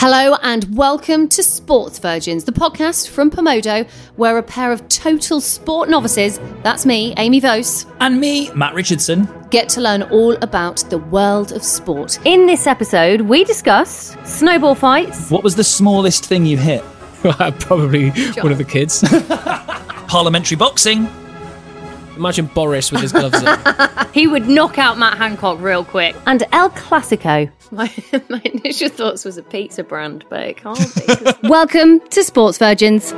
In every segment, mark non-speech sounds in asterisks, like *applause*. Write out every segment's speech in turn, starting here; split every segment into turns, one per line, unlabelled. Hello and welcome to Sports Virgins, the podcast from Pomodo, where a pair of total sport novices, that's me, Amy Vose,
And me, Matt Richardson.
get to learn all about the world of sport.
In this episode, we discuss snowball fights,
What was the smallest thing you hit?
*laughs* Probably one of the kids.
*laughs* Parliamentary boxing.
Imagine Boris with his gloves on.
He would knock out Matt Hancock real quick.
and El Clasico.
*laughs* My, my initial thoughts was a pizza brand, but it can't be. 'cause
*laughs*
*laughs*
Welcome to Sports Virgins.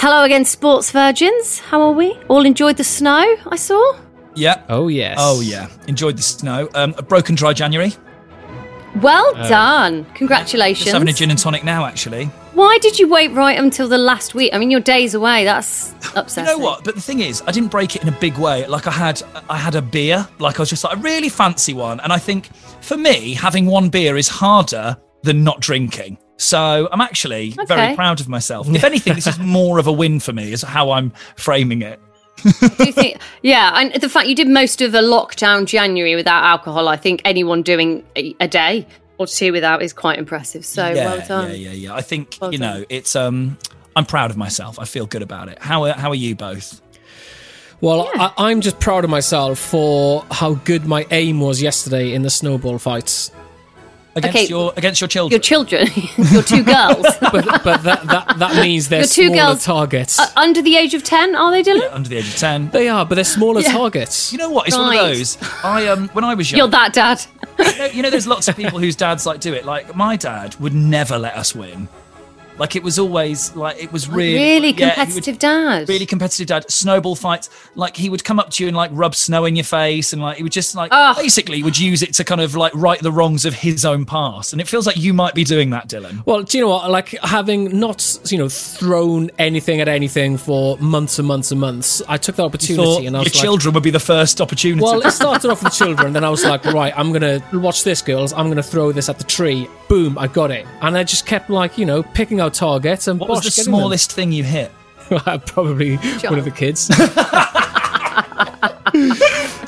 Hello again, sports virgins. How are we? All enjoyed the snow, I saw.
Yeah.
Oh yes.
Oh yeah. Enjoyed the snow. Um, a broken dry January.
Well done.
Just having a
Congratulations.
gin and tonic now, actually.
Why did you wait right until the last week? I mean, you're days away. That's
*laughs* You
upsetting.
know what? But the thing is, I didn't break it in a big way. Like I had, I had a beer. Like I was just like, I really fancy one. And I think for me, having one beer is harder than not drinking. So I'm actually very
Okay.
proud of
*laughs*
myself. If anything, this is more of a win for me, is how I'm framing it.
Do you think, yeah, and the fact you did most of a lockdown January without alcohol, I think anyone doing a, a day or two without is quite impressive. So well done.
Yeah, yeah, yeah. I think
Well
you know
done.
it's. um I'm proud of myself. I feel good about it. How are, how are you both?
Well, I, I'm just proud of myself for how good my aim was yesterday in the snowball fights.
Against
Okay.
your against your children.
Your children, *laughs* your two
*laughs*
girls,
But, but that, that that means they're
Your two
smaller
uh,
girls-
targets.
under the age of 10, are they, Dylan?
under the age of ten.
they are, but they're smaller targets.
You know what? It's one
Right.
of those. I um when I was young,
You're that dad.
you, know, you know, there's lots of people whose dads like do it. Like my dad would never let us win. Like it was always like it was really
Really
yeah, he would-
competitive dad.
Really competitive dad. Snowball fights. Like he would come up to you and like rub snow in your face, and like he would just like basically would use it to kind of like right the wrongs of his own past. And it feels like you might be doing that, Dylan.
Well, do you know what? Like having not, you know, thrown anything at anything for months and months and months, I took that opportunity
Thought
and I
your
was like,
children would be the first opportunity.
Well, it started off with children. Then I was like, right, I'm gonna watch this, girls. I'm gonna throw this at the tree. Boom, I got it. And I just kept like, you know, picking out targets. And
what was
bosh,
the
getting them.
smallest thing you hit?
*laughs* Probably one of the kids.
Do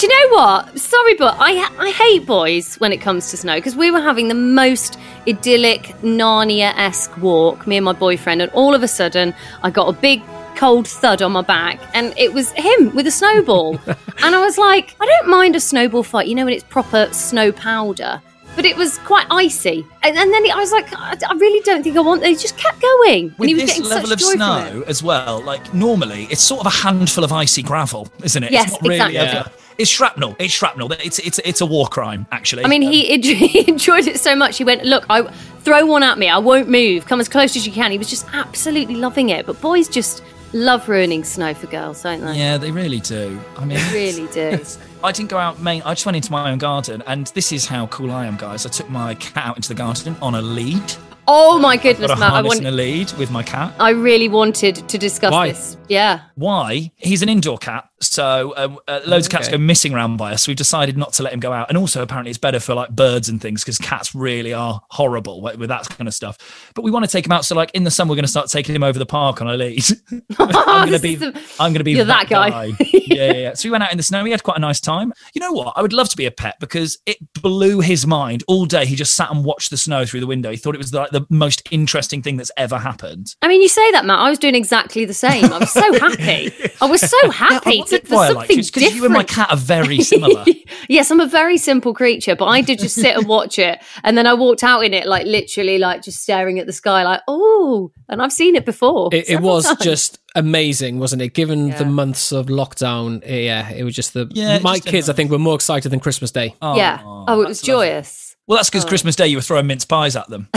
you know what? Sorry, but I I hate boys when it comes to snow because we were having the most idyllic Narnia esque walk, me and my boyfriend, and all of a sudden I got a big cold thud on my back, and it was him with a
*laughs*
snowball, and I was like, I don't mind a snowball fight, you know, when it's proper snow powder. But it was quite icy, and, and then I was like, I, I really don't think I want. They just kept going, and
With
he was
this
getting
level
such
of
joy from it.
snow as well, like normally it's sort of a handful of icy gravel, isn't it?
Yes,
it's not really
exactly.
a- it's shrapnel. It's shrapnel. It's it's it's a war crime, actually.
I mean, he,
um,
en- *laughs* he enjoyed it so much. He went, "Look, I throw one at me. I won't move. Come as close as you can." He was just absolutely loving it. But boys just love ruining snow for girls, don't they?
Um, Yeah, they really do. I mean,
They really
*laughs*
do.
I didn't go out main. I just went into my own garden, and this is how cool I am, guys. I took my cat out into the garden on a lead.
oh my
Got
goodness,
a
Matt! I
harness
want.
and a lead with my cat.
I really wanted to discuss
Why?
this. Yeah.
Why? He's an indoor cat, so um, uh, loads of cats go missing around by us. So we've decided not to let him go out, and also apparently it's better for like birds and things because cats really are horrible with, with that kind of stuff. But we want to take him out, so like in the summer we're going to start taking him over the park on a lead.
*laughs*
*laughs* I'm going to be,
This is
I'm going to be
you're that guy.
*laughs* yeah, yeah, yeah. So we went out in the snow. We had quite a nice time. You know what? I would love to be a pet because it blew his mind all day. He just sat and watched the snow through the window. He thought it was like the most interesting thing that's ever happened. *laughs*
I mean, you say that, Matt. I was doing exactly the same. I was so happy. I was so happy There's
did why I liked you
something
is because you and my
different.
cat
*laughs*
are very similar.
yes, I'm a very simple creature, but I did just sit
*laughs*
and watch it, and then I walked out in it like literally, like just staring at the sky, like oh, and I've seen it before.
It, it
several
was
times.
just amazing, wasn't it? Given the months of lockdown, eh, yeah, it was just the.
Yeah, it
my
just
kids, I think, were more excited than Christmas Day.
yeah. Oh, it was joyous.
Well, that's because Christmas Day you were throwing mince pies at them.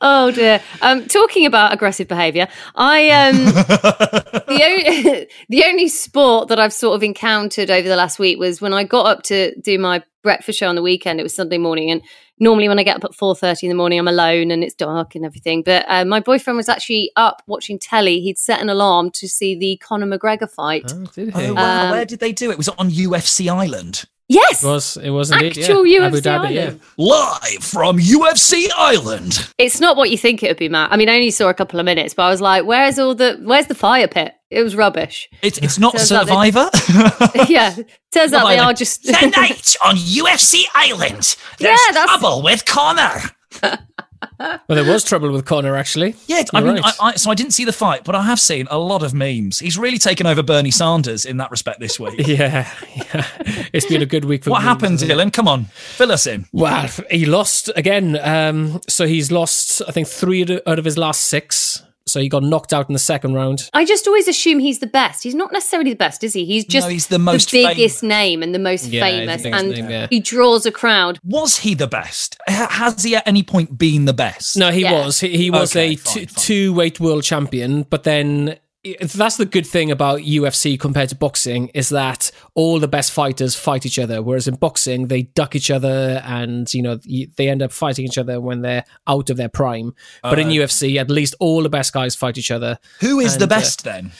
Oh dear. Um, talking about aggressive behaviour, I um, the only *laughs* the only sport that I've sort of encountered over the last week was when I got up to do my breakfast show on the weekend. It was Sunday morning, and normally when I get up at four thirty in the morning, I'm alone and it's dark and everything. But uh, my boyfriend was actually up watching telly. He'd set an alarm to see the Conor McGregor fight.
did
Oh,
it
wow. Where did they do it? It was on UFC Island.
Yes,
was. It was indeed.
actual
yeah.
UFC island.
Live from UFC Island.
it's not what you think it would be, Matt. I mean, I only saw a couple of minutes, but I was like, "Where's all the? Where's the fire pit?" It was rubbish. *laughs*
It's, it's not
Turns out they- *laughs*
Survivor. *laughs*
yeah. Turns out they
Island.
are just. *laughs*
Tonight on UFC Island, there's
Yeah, that's-
trouble with Connor.
Yeah. Well, there was trouble with Connor actually.
Yeah, I
You're
mean,
right.
I, I, so I didn't see the fight, but I have seen a lot of memes. He's really taken over Bernie Sanders in that respect this
*laughs*
week.
*laughs* Yeah, yeah. It's been a good week for
What
me.
happened, Dylan? Come on, fill us in.
Well, f- he lost again. Um, so he's lost, I think, three out of- out of his last six. So he got knocked out in the second round.
I just always assume he's the best. He's not necessarily the best, is he? He's just
he's the most
biggest name and the most
Yeah, he's the
famous,
biggest
and
name, yeah.
he draws a crowd.
Was he the best? H- Has he at any point been the best?
No, he
Yeah.
was. He, he was
Okay,
a
fine,
t-
fine.
two-weight world champion, but then that's the good thing about UFC compared to boxing is that all the best fighters fight each other, whereas in boxing they duck each other and you know y- they end up fighting each other when they're out of their prime. But
Uh,
in UFC, at least all the best guys fight each other.
Who is the
And, uh,
best then?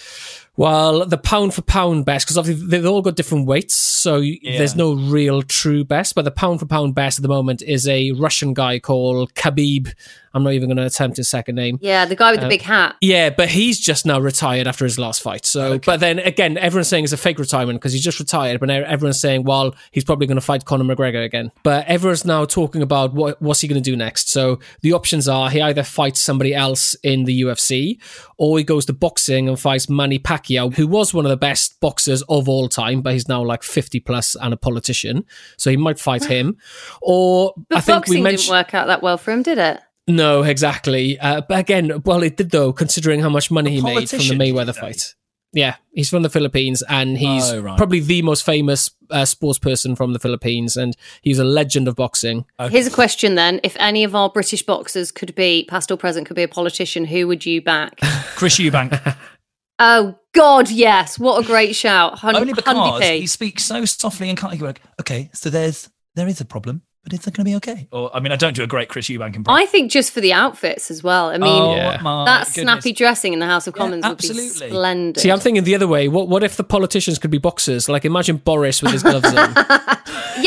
Well, the pound for pound best, because obviously they've all got different weights, so y there's no real true best. But the pound for pound best at the moment is a Russian guy called Khabib. I'm not even going to attempt his second name.
Yeah, the guy with the
Uh,
big hat.
Yeah, but he's just now retired after his last fight. So, but then again, everyone's saying it's a fake retirement because he's just retired. But now everyone's saying, well, he's probably going to fight Conor McGregor again. But everyone's now talking about what what's he going to do next. So the options are he either fights somebody else in the UFC, or he goes to boxing and fights Manny Pacquiao, who was one of the best boxers of all time, but he's now like fifty plus and a politician. So he might fight him, or
But
I think
boxing
we mentioned.
didn't work out that well for him, did it?
No, exactly. Uh, but again, well, it did though, considering how much money he made from the
politician, did you
Mayweather
say?
fight. Yeah, he's from the Philippines, and he's
Oh, right.
probably the most famous uh, sports person from the Philippines, and he's a legend of boxing.
Here's a question then: If any of our British boxers could be past or present, could be a politician, who would you
*laughs*
back?
Chris
*laughs*
Eubank.
oh God, yes! What a great shout! Hun-
Only because
100p.
he speaks so softly and can't you like, okay, so there's there is a problem, but it's not going to be okay. Or I mean, I don't do a great Chris Eubank impression.
I think just for the outfits as well. I mean,
oh, my
that
goodness.
snappy dressing in the House of
Yeah,
Commons would
absolutely.
be splendid.
See, I'm thinking the other way. What what if the politicians could be boxers? Like, imagine Boris with his gloves
*laughs*
on.
Yeah,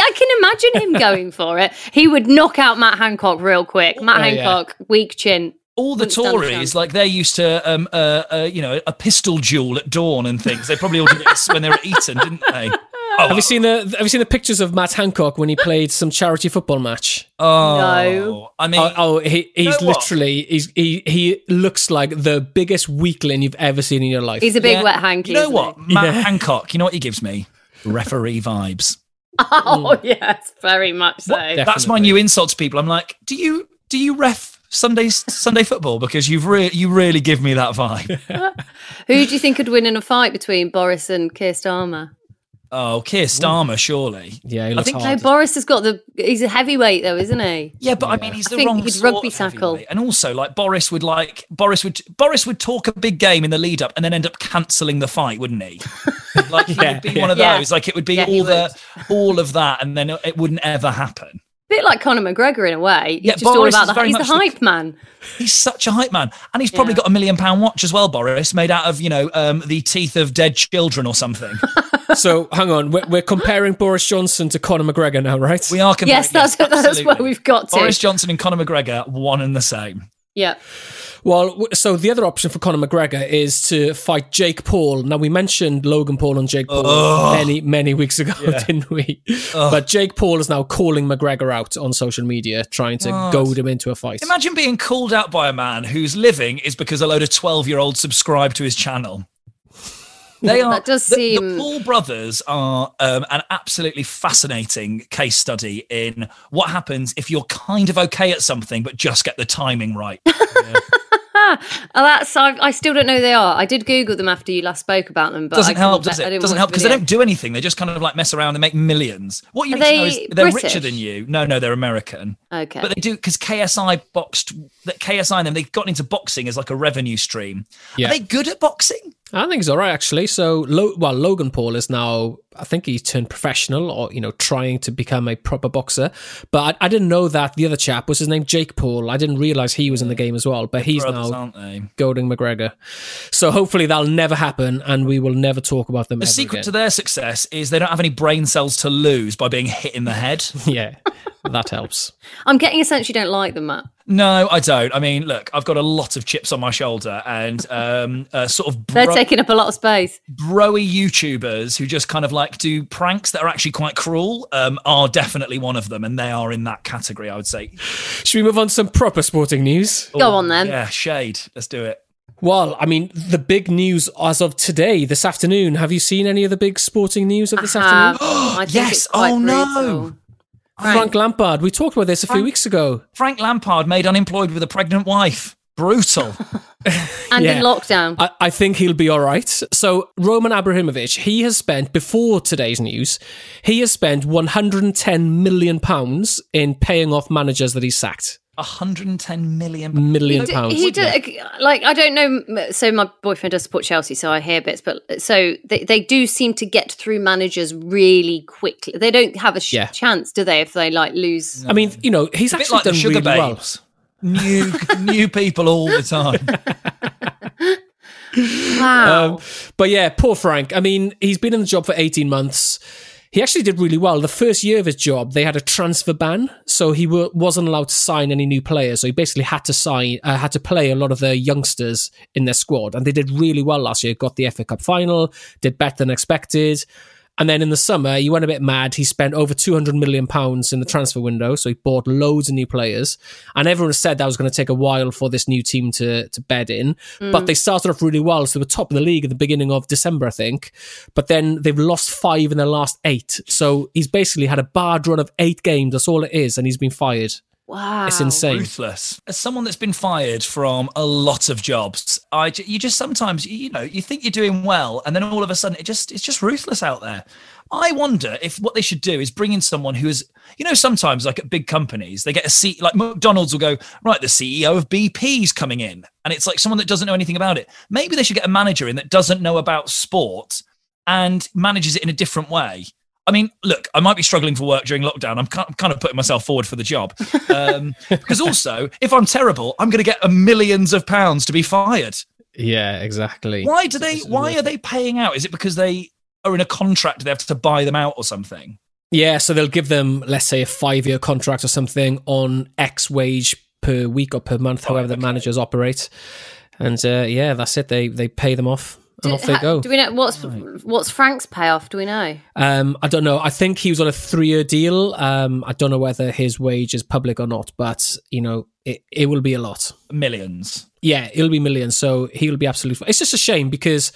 I can imagine him going for it. He would knock out Matt Hancock real quick. Matt
Oh, yeah.
Hancock, weak chin.
all the
Wouldn't stand a
Tories,
chance.
like they're used to, um, uh, uh, you know, a pistol duel at dawn and things. They probably all did this when they were at Eton, didn't
*laughs*
they? Oh,
Have you seen the Have you seen the pictures of Matt Hancock when he played some charity football match?
oh,
No.
I mean,
Oh, oh he, he's
know what?
literally he's, he he looks like the biggest weakling you've ever seen in your life.
He's a big
yeah.
wet hanky.
You know
isn't
what,
he?
Matt Hancock? You know what he gives me? Referee vibes.
*laughs*
Mm.
Oh yes, very much so.
That's my new insult to people. I'm like, do you do you ref Sundays Sunday football? Because you've re- you really give me that
*laughs*
vibe.
Who do you think could win in a fight between Boris and Keir Starmer?
oh, Keir Starmer, surely.
Yeah, he
I
looks
think
No,
hard.
Boris has got the. He's a heavyweight though, isn't he?
Yeah, but I mean, he's the
think
wrong
he'd
sort
rugby
of
tackle.
heavyweight. And also, like Boris would like Boris would Boris would talk a big game in the lead up and then end up cancelling the fight, wouldn't
*laughs*
he? like he would be one of
Yeah.
those. Like it would be
Yeah, he
all the all of that, and then it wouldn't ever happen.
Bit like Conor McGregor in a way. He's
Yeah,
just
Boris
all
is
about the.
very
He's the
much the-
hype man.
He's such a hype man, and he's probably
Yeah.
got a million pound watch as well, Boris, made out of you know um, the teeth of dead children or something.
so hang on, we're, we're comparing Boris Johnson to Conor McGregor now, right?
We are comparing.
Yes, that's- that's where
absolutely.
we've got to.
Boris Johnson and Conor McGregor, one and the same.
Yeah.
Well, w- so the other option for Conor McGregor is to fight Jake Paul. Now we mentioned Logan Paul and Jake Paul many many weeks ago, *laughs* didn't we? But Jake Paul is now calling McGregor out on social media, trying to goad him into a fight.
Imagine being called out by a man whose living is because a load of 12 year olds subscribe to his channel. They are.
That does
the,
seem-
The Paul brothers are um, an absolutely fascinating case study in what happens if you're kind of okay at something, but just get the timing right.
Oh, that's I, I still don't know who they are. I did Google them after you last spoke about them, but I
doesn't
couldn't-
help, does
I
it?
didn't
Doesn't
watch
help
the
because they
video.
don't do anything. They just kind of like mess around and make millions. What you
Are
need to know is
they
they're richer
British?
than you. No, no, they're American.
Okay.
But they do because KSI boxed that KSI and them. They've gotten into boxing as like a revenue stream.
Yeah.
Are they good at boxing?
I think he's all right actually. So, Lo- well, Logan Paul is now, I think he turned professional or you know trying to become a proper boxer. But I, I didn't know that the other chap was his name Jake Paul. I didn't realize he was in the game as well. But he's
Brothers,
now
aren't they?
goading McGregor. So hopefully that'll never happen, and we will never talk about them.
The
ever
secret
again.
to their success is they don't have any brain cells to lose by being hit in the head.
*laughs* yeah, that helps.
I'm getting a sense you don't like them, Matt.
No, I don't. I mean, look, I've got a lot of chips on my shoulder and um, uh, sort of
They're
bro-
taking up a lot of space.
broy YouTubers who just kind of like do pranks that are actually quite cruel um, are definitely one of them, and they are in that category, I would say. Oh,
Should we move on to some proper sporting news?
Go on then.
Yeah, shade. Let's do it.
Well, I mean, the big news as of today, this afternoon. Have you seen any of the big sporting news of this
Have.
afternoon?
*gasps*
I think
Yes.
it's quite
Oh, no.
brutal.
Frank Lampard. We talked about this a few
Frank-
weeks ago.
Frank Lampard made unemployed with a pregnant wife.
*laughs*
Brutal.
And
Yeah.
in lockdown.
I, I think he'll be all right. So Roman Abramovich, he has spent before today's news, he has spent 110 million pounds in paying off managers that he sacked.
110 million.
Million
D-
pounds.
He did, uh, like I don't know. So my boyfriend does support Chelsea, so I hear bits. But uh, so they, they do seem to get through managers really quickly. They don't have a sh-
Yeah.
chance, do they? If they like lose,
I mean, you know, he's
A bit
actually
like the
done
sugar
really well.
babes. New new people all the time.
wow,
Um, But yeah, poor Frank. I mean, he's been in the job for 18 months. He actually did really well. The first year of his job, they had a transfer ban, so he wa- wasn't allowed to sign any new players. So he basically had to sign, uh, had to play a lot of the youngsters in their squad, and they did really well last year. Got the FA Cup final, did better than expected. And then in the summer, he went a bit mad. He spent over 200 million pounds in the transfer window, so he bought loads of new players. And everyone said that was going to take a while for this new team to to bed in. But they started off really well, so they were top of the league at the beginning of December, I think. But then they've lost five in their last eight, so he's basically had a bad run of eight games. That's all it is, and he's been fired.
wow,
It's insane.
Ruthless. As someone that's been fired from a lot of jobs, I j- you just sometimes you know you think you're doing well, and then all of a sudden it just it's just ruthless out there. I wonder if what they should do is bring in someone who is you know sometimes like at big companies they get a seat like McDonald's will go right the CEO of BP's coming in, and it's like someone that doesn't know anything about it. Maybe they should get a manager in that doesn't know about sport and manages it in a different way. I mean, look, I might be struggling for work during lockdown. I'm ki- I'm kind of putting myself forward for the job.
*laughs*
Um, because also, if I'm terrible, I'm going to get a millions of pounds to be fired.
Yeah, exactly.
Why do they? Why are they paying out? Is it because they are in a contract? They have to buy them out or something?
Yeah, so they'll give them, let's say, a five year contract or something on X wage per week or per month, however the managers operate. And uh, yeah, that's it. They they pay them off and off they
Ha-
go.
Do we know what's what's Frank's payoff? Do we know?
Um, I don't know. I think he was on a three year deal. Um, I don't know whether his wage is public or not, but you know, it, it will be a lot.
Millions.
Yeah, it'll be millions. So he'll be absolutely. It's just a shame because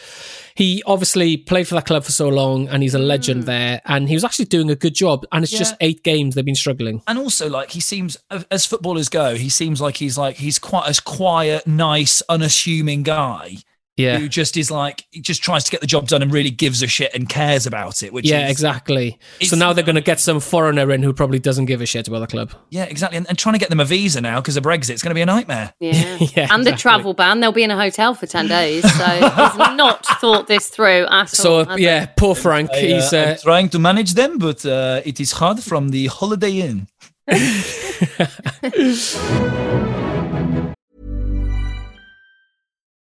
he obviously played for that club for so long and he's a legend
Hmm.
there and he was actually doing a good job. And it's just eight games they've been struggling.
And also, like he seems, as footballers go, he seems like he's like he's quite as quiet, nice, unassuming guy
Yeah.
who just is like he just tries to get the job done and really gives a shit and cares about it. Which
Yeah,
is,
exactly. So
it's-
now they're going to get some foreigner in who probably doesn't give a shit about the club.
Yeah, exactly. And, and trying to get them a visa now because of Brexit's going to be a nightmare.
Yeah,
*laughs* *laughs* Yeah,
and the travel ban. They'll be in a hotel for ten days.
*laughs*
So he's not thought this through at
So
all.
uh,
has he?
yeah, poor Frank. he's
I, uh,
uh,
I'm trying to manage them, but uh, it is hard from the Holiday Inn.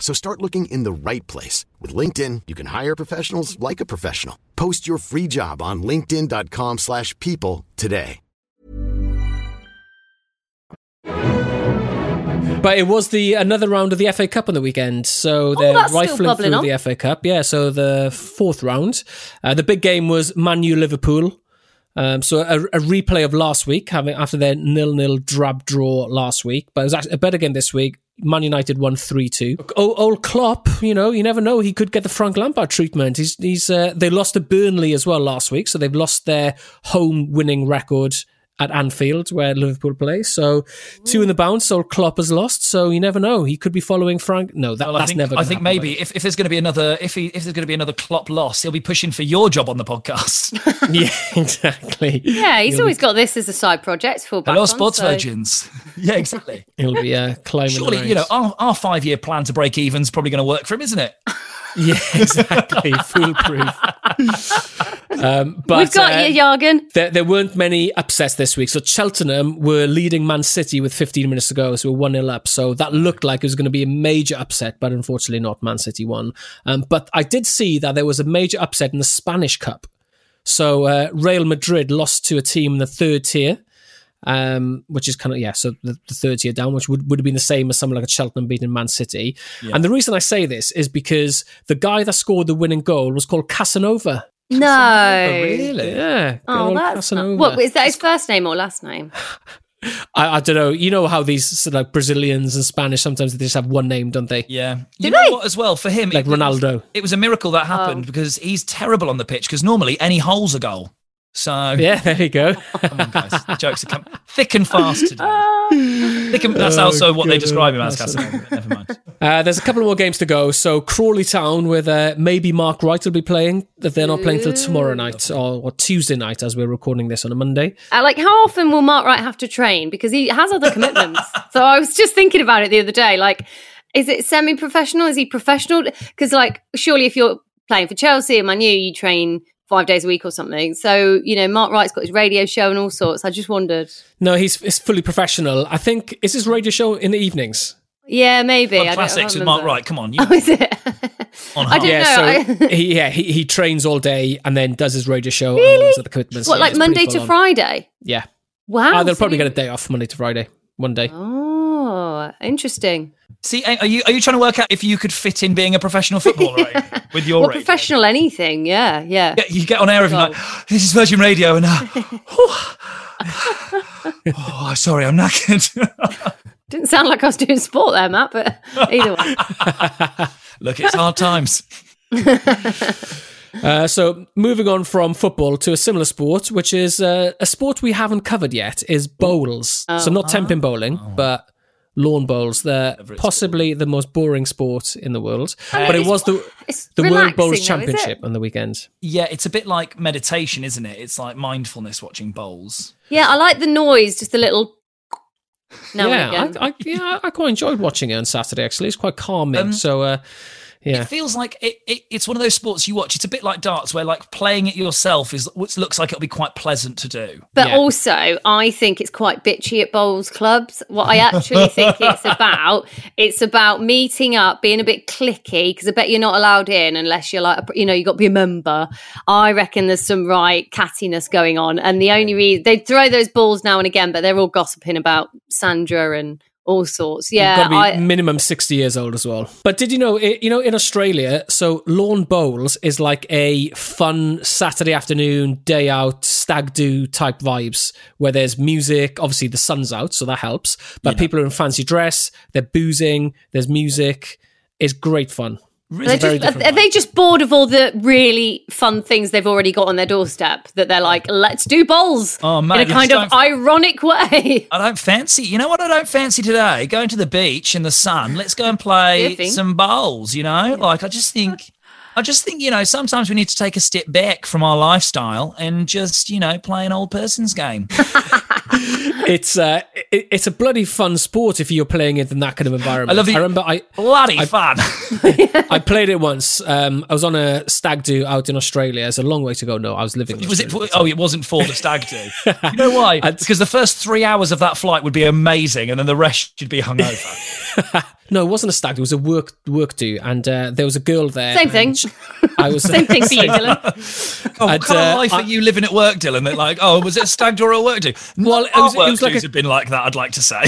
So start looking in the right place. With LinkedIn, you can hire professionals like a professional. Post your free job on linkedin.com/people slash people today.
But it was the another round of the FA Cup on the weekend, so they're
that's still
rifling
bubbling
through
on.
the FA Cup. Yeah, so the fourth round, uh, the big game was Man U Liverpool. Um, so a, a replay of last week, having after their nil-nil drab draw last week, but it was actually a better game this week. Man United won three two. Old Klopp, you know, you never know. He could get the Frank Lampard treatment. He's he's uh, they lost to Burnley as well last week, so they've lost their home winning record at Anfield where Liverpool play. So two in the bounce. Old Klopp has lost, so you never know. He could be following Frank. No, that,
Well, I
that's
think,
never.
I
gonna
think
happen,
maybe if, if there's going to be another if he if there's going to be another Klopp loss, he'll be pushing for your job on the podcast.
*laughs* mate. yeah, exactly.
Yeah, he's always got this as a side project. Full back
Hello,
on,
sports
so-
virgins. *laughs* Yeah,
*laughs*
exactly.
He'll be uh, climbing. the
Surely, you know,
ranks.
our, our five year plan to break even's probably going to work for him, isn't
*laughs*
it?
yeah, exactly,
*laughs*
foolproof. um, but
We've got
uh,
you, Jargon.
There, there weren't many upsets this week. So Cheltenham were leading Man City with 15 minutes to go, so we're 1 0 up. So that looked like it was going to be a major upset, but unfortunately not. Man City won. Um, but I did see that there was a major upset in the Spanish Cup. So uh, Real Madrid lost to a team in the third tier, um, which is kind of, yeah, so the, the third tier down, which would, would have been the same as someone like a Cheltenham beating Man City. And the reason I say this is because the guy that scored the winning goal was called Casanova.
No.
Really?
Yeah. Oh, good
Oh,
old
that's not, what is that? His first name or last name?
I, I don't know. You know how these sort of like Brazilians and Spanish sometimes they just have one name, don't they?
Yeah. you know what, as well, for him,
Like
was-
Ronaldo. Oh.
it was a miracle that happened because he's terrible on the pitch because normally any hole's a goal. So,
Yeah, there
*laughs*
you go.
come on, guys. The jokes are coming thick and fast
Ah.
today. thick and, that's also
Oh,
what they describe him as, Casanova, but
*laughs*
Never mind.
Uh, there's a couple more games to go. So Crawley Town with uh, maybe Mark Wright will be playing. That they're not playing till tomorrow night or, or Tuesday night as we're recording this on a Monday.
Uh, like, how often will Mark Wright have to train? Because he has other
*laughs*
commitments. so I was just thinking about it the other day. Like, is it semi professional? Is he professional? Because, like, surely if you're playing for Chelsea and Man U, you train five days a week or something. So, you know, Mark Wright's got his radio show and all sorts. I just wondered.
No, he's, he's fully professional. I think is his radio show in the evenings.
Yeah, maybe. I don't- I
classics
can't
with Mark
remember.
Wright. Come on. You,
Oh, *laughs* is it?
on
I
half.
don't
Yeah,
know.
so
I,
*laughs* he, yeah, he, he trains all day and then does his radio show. Really? And all these other
*laughs*
commitments.
what,
Yeah,
like
it's pretty
Monday
full
to
on.
Friday?
Yeah.
Wow.
Oh, they'll
so
probably
he-
get a day off Monday to Friday. One day.
Oh, interesting.
See, are you are you trying to work out if you could fit in being a
*laughs*
professional footballer right, with your
Well,
radio?
professional anything. Yeah, yeah.
Yeah, you get on air every night.
Oh.
This is Virgin Radio, and
*laughs*
uh, *laughs* oh, oh, sorry, I'm knackered. *laughs*
Didn't sound like I was doing sport there, Matt,
*laughs*
but either way.
Look, it's hard times.
Uh, so moving on from football to a similar sport, which is uh, a sport we haven't covered yet, is bowls. So not
Uh-huh.
temping bowling, but lawn bowls. They're possibly the most boring sport in the world, but it was the
it's
the World
relaxing though,
Bowls
is it?
Championship on the weekend.
Yeah, it's a bit like meditation, isn't it? It's like mindfulness watching bowls.
Yeah, I like the noise, just a little. Now and
yeah,
again.
I, I, yeah, I quite enjoyed watching it on Saturday. Actually, it's quite calming. so uh, yeah,
It feels like it, it, it's one of those sports you watch. It's a bit like darts, where like playing it yourself is what looks like it'll be quite pleasant to do.
But
Yeah.
also, I think it's quite bitchy at bowls clubs. What I actually think
*laughs*
it's about, it's about meeting up, being a bit clicky, because I bet you're not allowed in unless you're like, a- you know, you got to be a member. I reckon there's some right cattiness going on. And the only reason they throw those balls now and again, but they're all gossiping about Sandra and all sorts.
You've
Yeah,
got to be
I-
minimum 60 years old as well. But did you know, i- you know, in Australia, so lawn bowls is like a fun Saturday afternoon, day out, stag do type vibes where there's music. Obviously, the sun's out, so that helps. But people are in fancy dress, they're boozing, there's music. It's great fun.
They're
very
just-
different
are, are they just bored of all the really fun things they've already got on their doorstep that they're like, let's do bowls
Oh, man,
in a
you
kind
just
of
don't-
ironic *laughs* way?
I don't fancy. You know what? I don't fancy today. Going to the beach in the sun. Let's go and play
Surfing.
some bowls. You know, like I just think, I just think you know. Sometimes we need to take a step back from our lifestyle and just you know play an old person's
*laughs*
game.
It's uh, it, it's a bloody fun sport if you're playing it in that kind of environment.
I love the-
I remember I,
Bloody fun.
I played it once. Um, I was on a stag do out in Australia. It's a long way to go. No, I was living. in
was it?
Australia.
For, oh, it wasn't for the stag do. You know why? Because the first three hours of that flight would be amazing, and then the rest should be hungover.
No, it wasn't a stag. do, It was a work work do, and uh, there was a girl there.
Same
and
thing.
sh- I was
Same thing for you, Dylan.
oh, what
I'd,
kind of
uh,
life
I-
are you living at work, Dylan? That like, oh, was it a stag do or a work
*laughs*
do? Well,
it was- it was like a-
have been like that. I'd like to
*laughs*
say.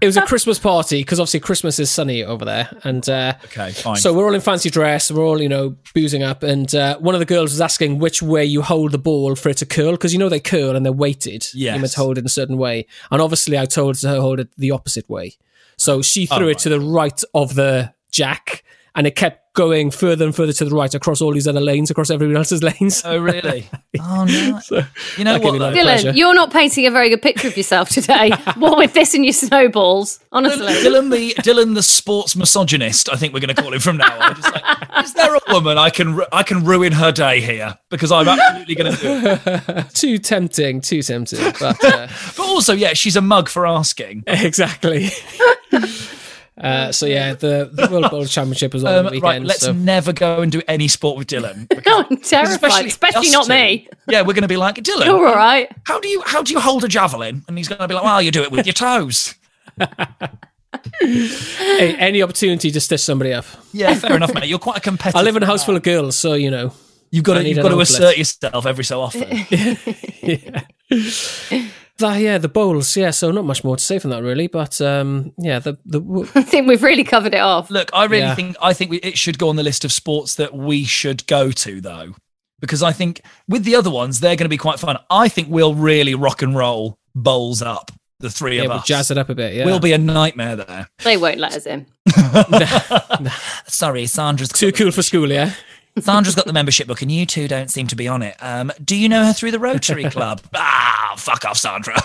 It was a Christmas party because obviously Christmas is sunny over there, and uh,
Okay, fine.
So we're all in fancy dress. We're all you know boozing up, and uh, one of the girls was asking which way you hold the ball for it to curl because you know they curl and they're weighted.
Yes.
you must hold it in a certain way, and obviously I told her to hold it the opposite way. So she threw it to the right of the jack, and it kept going further and further to the right across all these other lanes, across everyone else's *laughs* lanes.
Oh
*laughs*
really? oh no. you know what?
that gave
Though?
me like- Pleasure.
Dylan, you're not painting a very good picture of yourself today. what with this and your snowballs, honestly.
*laughs*
Dylan the Dylan the sports misogynist. I think we're going to call him from now on. Just like, is there a woman I can ru- I can ruin her day here because I'm absolutely going to do it.
too tempting, too tempting.
*laughs*
But uh,
But also, yeah, she's a mug for
*laughs*
asking.
exactly. Uh, so yeah, the, the World Bowl Championship was on
Um,
the weekend.
right, let's
so.
never go and do any sport with
*laughs*
Dylan. because-
No, *laughs* I'm terrified, especially, not
us two.
me.
Yeah, we're going to be like Dylan.
You're all right.
How do you how do you hold a javelin? And he's going to be like, well, you do it with your toes.
Hey, any opportunity to stitch somebody up.
Yeah, fair enough, mate. You're quite a competitor.
I live in a house full of girls, so you know.
You've got
I
to
need
you've
an
got to
outlet.
assert yourself every so often.
Ah, yeah, the bowls. Yeah, so not much more to say from that, really. But um, yeah, the the
*laughs*
w-
I think we've really covered it off.
Look, I really
Yeah.
think I think we, it should go on the list of sports that we should go to though, because I think with the other ones they're going to be quite fun. I think we'll really rock and roll bowls up the three
yeah,
of
we'll
us.
jazz it up a bit. Yeah,
We'll be a nightmare there.
They won't let us in.
Sorry, Sandra's
too cool for school. Yeah,
*laughs* Sandra's got the membership book, and you two don't seem to be on it. Um, do you know her through the Rotary
*laughs*
Club? Ah, fuck off, Sandra.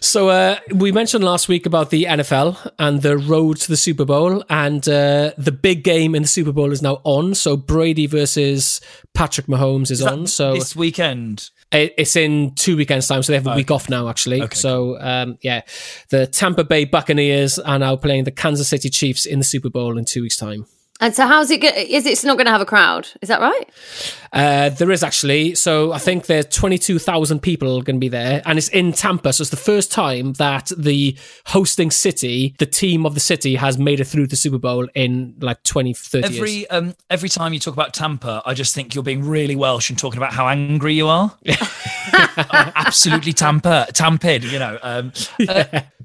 So uh, we mentioned last week about the NFL and the road to the Super Bowl, and uh, the big game in the Super Bowl is now on. So Brady versus Patrick Mahomes is, on. So
this weekend,
it, it's in two weekends time. So they have a week off now, actually. So um, yeah, the Tampa Bay Buccaneers are now playing the Kansas City Chiefs in the Super Bowl in two weeks time.
And so, how's it? Go- is it's not going to have a crowd? Is that right?
Uh, there is actually. So I think there's 22,000 people going to be there, and it's in Tampa. So it's the first time that the hosting city, the team of the city, has made it through the Super Bowl in like 20, 30 years.
every um, every time you talk about Tampa, I just think you're being really Welsh and talking about how angry you are. I'm *laughs* absolutely Tampa, tamped, you know.
*laughs*
Um,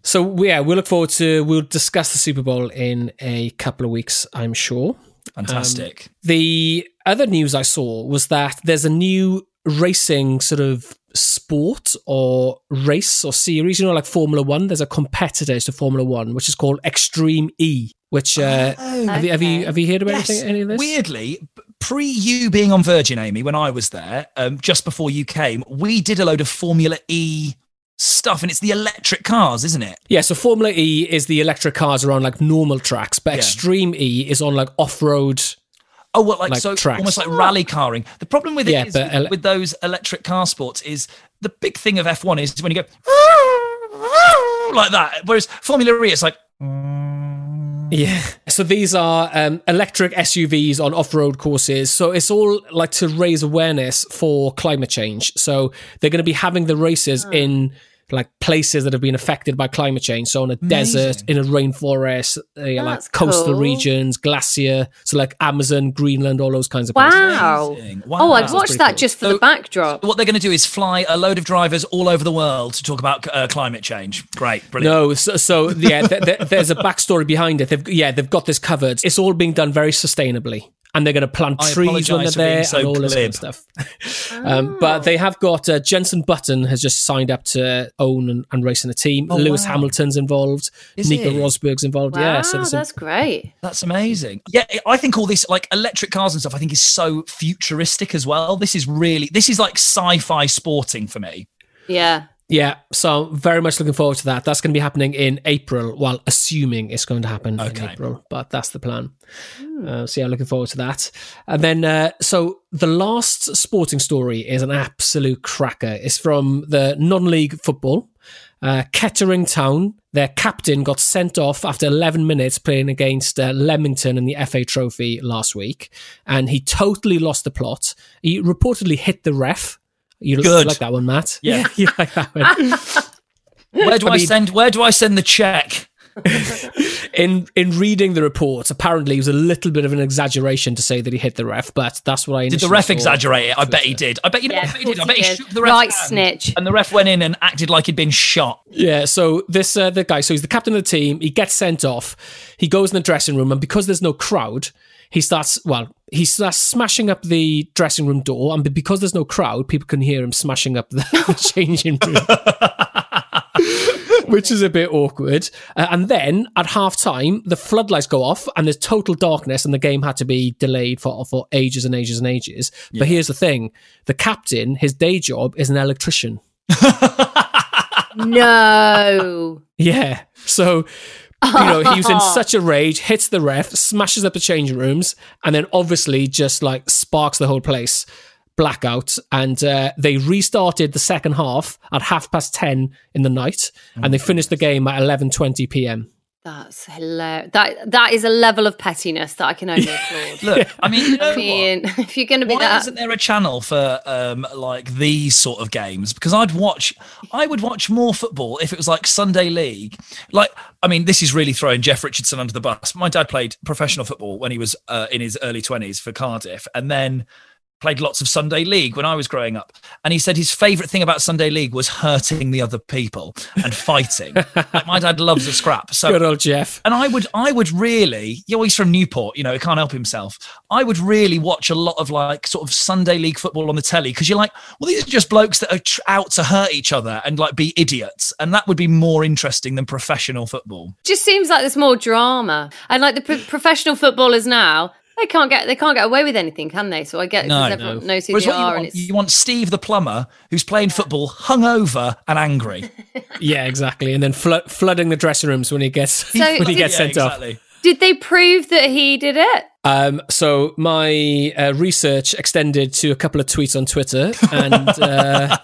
So yeah, we'll look forward to. We'll discuss the Super Bowl in a couple of weeks, I'm sure.
fantastic.
The other news I saw was that there's a new racing sort of sport or race or series, you know, like Formula One. There's a competitor to Formula One, which is called Extreme E. Which uh, have, you, have you have you heard about
Yes.
anything? Any of this?
Weirdly, pre you being on Virgin, Amy, when I was there, um, just before you came, we did a load of Formula E stuff, and it's the electric cars, isn't it?
Yeah, so Formula E is the electric cars are on like normal tracks, but Extreme E is on like off road.
Oh, well, like,
Like
so
tracks. Oh.
almost like rally carring. The problem with it
Yeah,
is
but
with,
ele-
with those electric car sports is the big thing of F1 is when you go *laughs* like that, whereas Formula E, it's like
Yeah. So these are um, electric SUVs on off road courses. So it's all like
Ah.
to raise awareness for climate change. So they're going to be having the races in like places that have been affected by climate change. So in a desert, in a rainforest, uh, yeah, like
That's
coastal
cool.
regions, glacier, so like Amazon, Greenland, all those kinds of places.
Wow.
Amazing.
Oh,
Wow.
I'd watch that just for
So-
the backdrop.
What they're going to do is fly a load of drivers all over the world to talk about uh, climate change. Great, brilliant.
No, so, so yeah, th- th- there's a backstory behind it. They've, yeah, they've got this covered. It's all being done very sustainably, and they're going to plant
I
trees when they're
apologise for being
there
so
and all this kind of
glib.
stuff. um, but they have got uh, Jensen Button has just signed up to own and, and race in a team. Lewis
Oh, wow.
Hamilton's involved.
Is
Nico
he?
Rosberg's involved. yeah, so
Wow,
there's some-
that's great.
That's amazing. Yeah, I think all this like electric cars and stuff I think is so futuristic as well. This is really this is like sci-fi sporting for me.
Yeah.
yeah. So I'm very much looking forward to that. That's going to be happening in April. Well, assuming it's going to happen in
Okay.
April, but that's the plan. Uh, so yeah, looking forward to that. And then, uh, so the last sporting story is an absolute cracker. It's from the non-league football. Uh, Kettering Town, their captain got sent off after 11 minutes playing against uh, Leamington in the FA Trophy last week, and he totally lost the plot. He reportedly hit the ref. You
Good.
like that one, Matt? *laughs*
Yeah.
you like that one.
Where do I,
mean-
send where do I send the check?
in in reading the report, apparently it was a little bit of an exaggeration to say that he hit the ref, but that's what I
Did the
initially
ref
thought.
exaggerate it? I bet he did. I bet you know what I bet he did. I bet he shook the ref.
Right,
hand,
snitch.
And the ref went in and acted like he'd been shot.
Yeah, so this uh, the guy, so he's the captain of the team. He gets sent off. He goes in the dressing room, and because there's no crowd, he starts well. He starts smashing up the dressing room door, and be- because there's no crowd, people can hear him smashing up the, *laughs* the changing room, which is a bit awkward. Uh, and then at half time, the floodlights go off, and there's total darkness, and the game had to be delayed for for ages and ages and ages. But here's the thing: the captain, his day job is an electrician.
No.
Yeah. So, you know, he was in such a rage, hits the ref, smashes up the changing rooms, and then obviously just like sparks the whole place. Blackout, and uh, they restarted the second half at half past ten in the night, and they finished the game at eleven twenty p.m.
That's hilarious. That that is a level of pettiness that I can only applaud.
Look, I mean, you know
I mean, *laughs* if you're going to be
Why
that,
isn't there a channel for um, like these sort of games? Because I'd watch, I would watch more football if it was like Sunday League. Like, I mean, this is really throwing Jeff Richardson under the bus. My dad played professional football when he was uh, in his early twenties for Cardiff, and then played lots of Sunday League when I was growing up. And he said his favourite thing about Sunday League was hurting the other people and fighting. Like, my dad loves a scrap, so
Good old Jeff.
and I would, I would really, you know, he's from Newport, you know, he can't help himself. I would really watch a lot of like sort of Sunday league football on the telly because you're like, well, these are just blokes that are tr- out to hurt each other and like be idiots, and that would be more interesting than professional football.
just seems like there's more drama. And like the pro- professional footballers now, they can't get they can't get away with anything, can they? So I get
No,
because everyone knows who
Whereas
they
what you
are, and
want,
it's
you want Steve the plumber who's playing football hungover
*laughs*
and angry.
Yeah, exactly. And then flood flooding the dressing rooms when he gets when he
did-
gets sent off.
Did they prove that he did it?
Um, *laughs* so my uh, research extended to a couple of tweets on Twitter, and uh,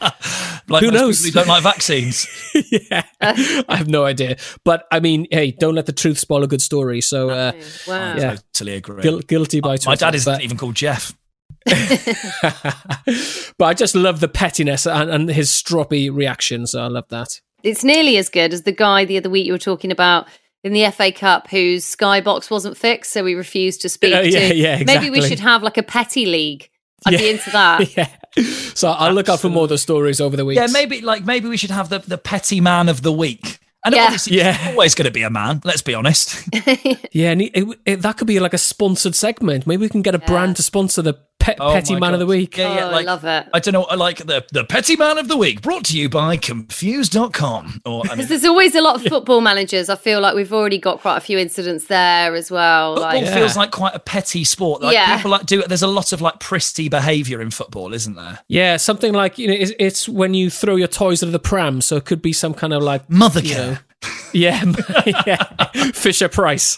Like
Who
most
knows?
people Who don't like vaccines. *laughs*
yeah, I have no idea. But I mean, hey, don't let the truth spoil a good story. So uh,
Wow.
*laughs* yeah,
Totally agree.
guil- guilty by Twitter.
My dad isn't
but,
even called Jeff.
*laughs* but I just love the pettiness and, and his stroppy reaction. So I love that. *laughs*
It's nearly as good as the guy the other week you were talking about in the FA Cup whose skybox wasn't fixed, so he refused
*laughs* Oh,
to speak.
Uh, yeah,
to.
yeah,
Maybe we
exactly.
should have like a petty league. I'd be into
*laughs*
that.
Yeah. So I'll look out for more of those stories over the weeks.
Yeah, maybe like maybe we should have the, the petty man of the week. And
Yeah.
obviously,
Yeah.
it's always going to be a man. Let's be honest.
Yeah, and he- it, it, that could be like a sponsored segment. Maybe we can get a brand to sponsor the pe-
Oh
*laughs* petty
my
man of the
God.
week.
Yeah, yeah,
Oh, I
like-
love it.
I don't know. I Like the the petty man of the week, brought to you by Confused.com.
*laughs*
Or I mean,
There's always a lot of football managers. I feel like we've already got quite a few incidents there as well.
football
Like,
feels like quite a petty sport. Like,
Yeah.
people like do. There's a lot of like prissy behaviour in football, isn't there?
Yeah, something like you know, it's, it's when you throw your toys out of the pram. So it could be some kind of like
Mothercare.
You know, yeah, *laughs* yeah, Fisher Price.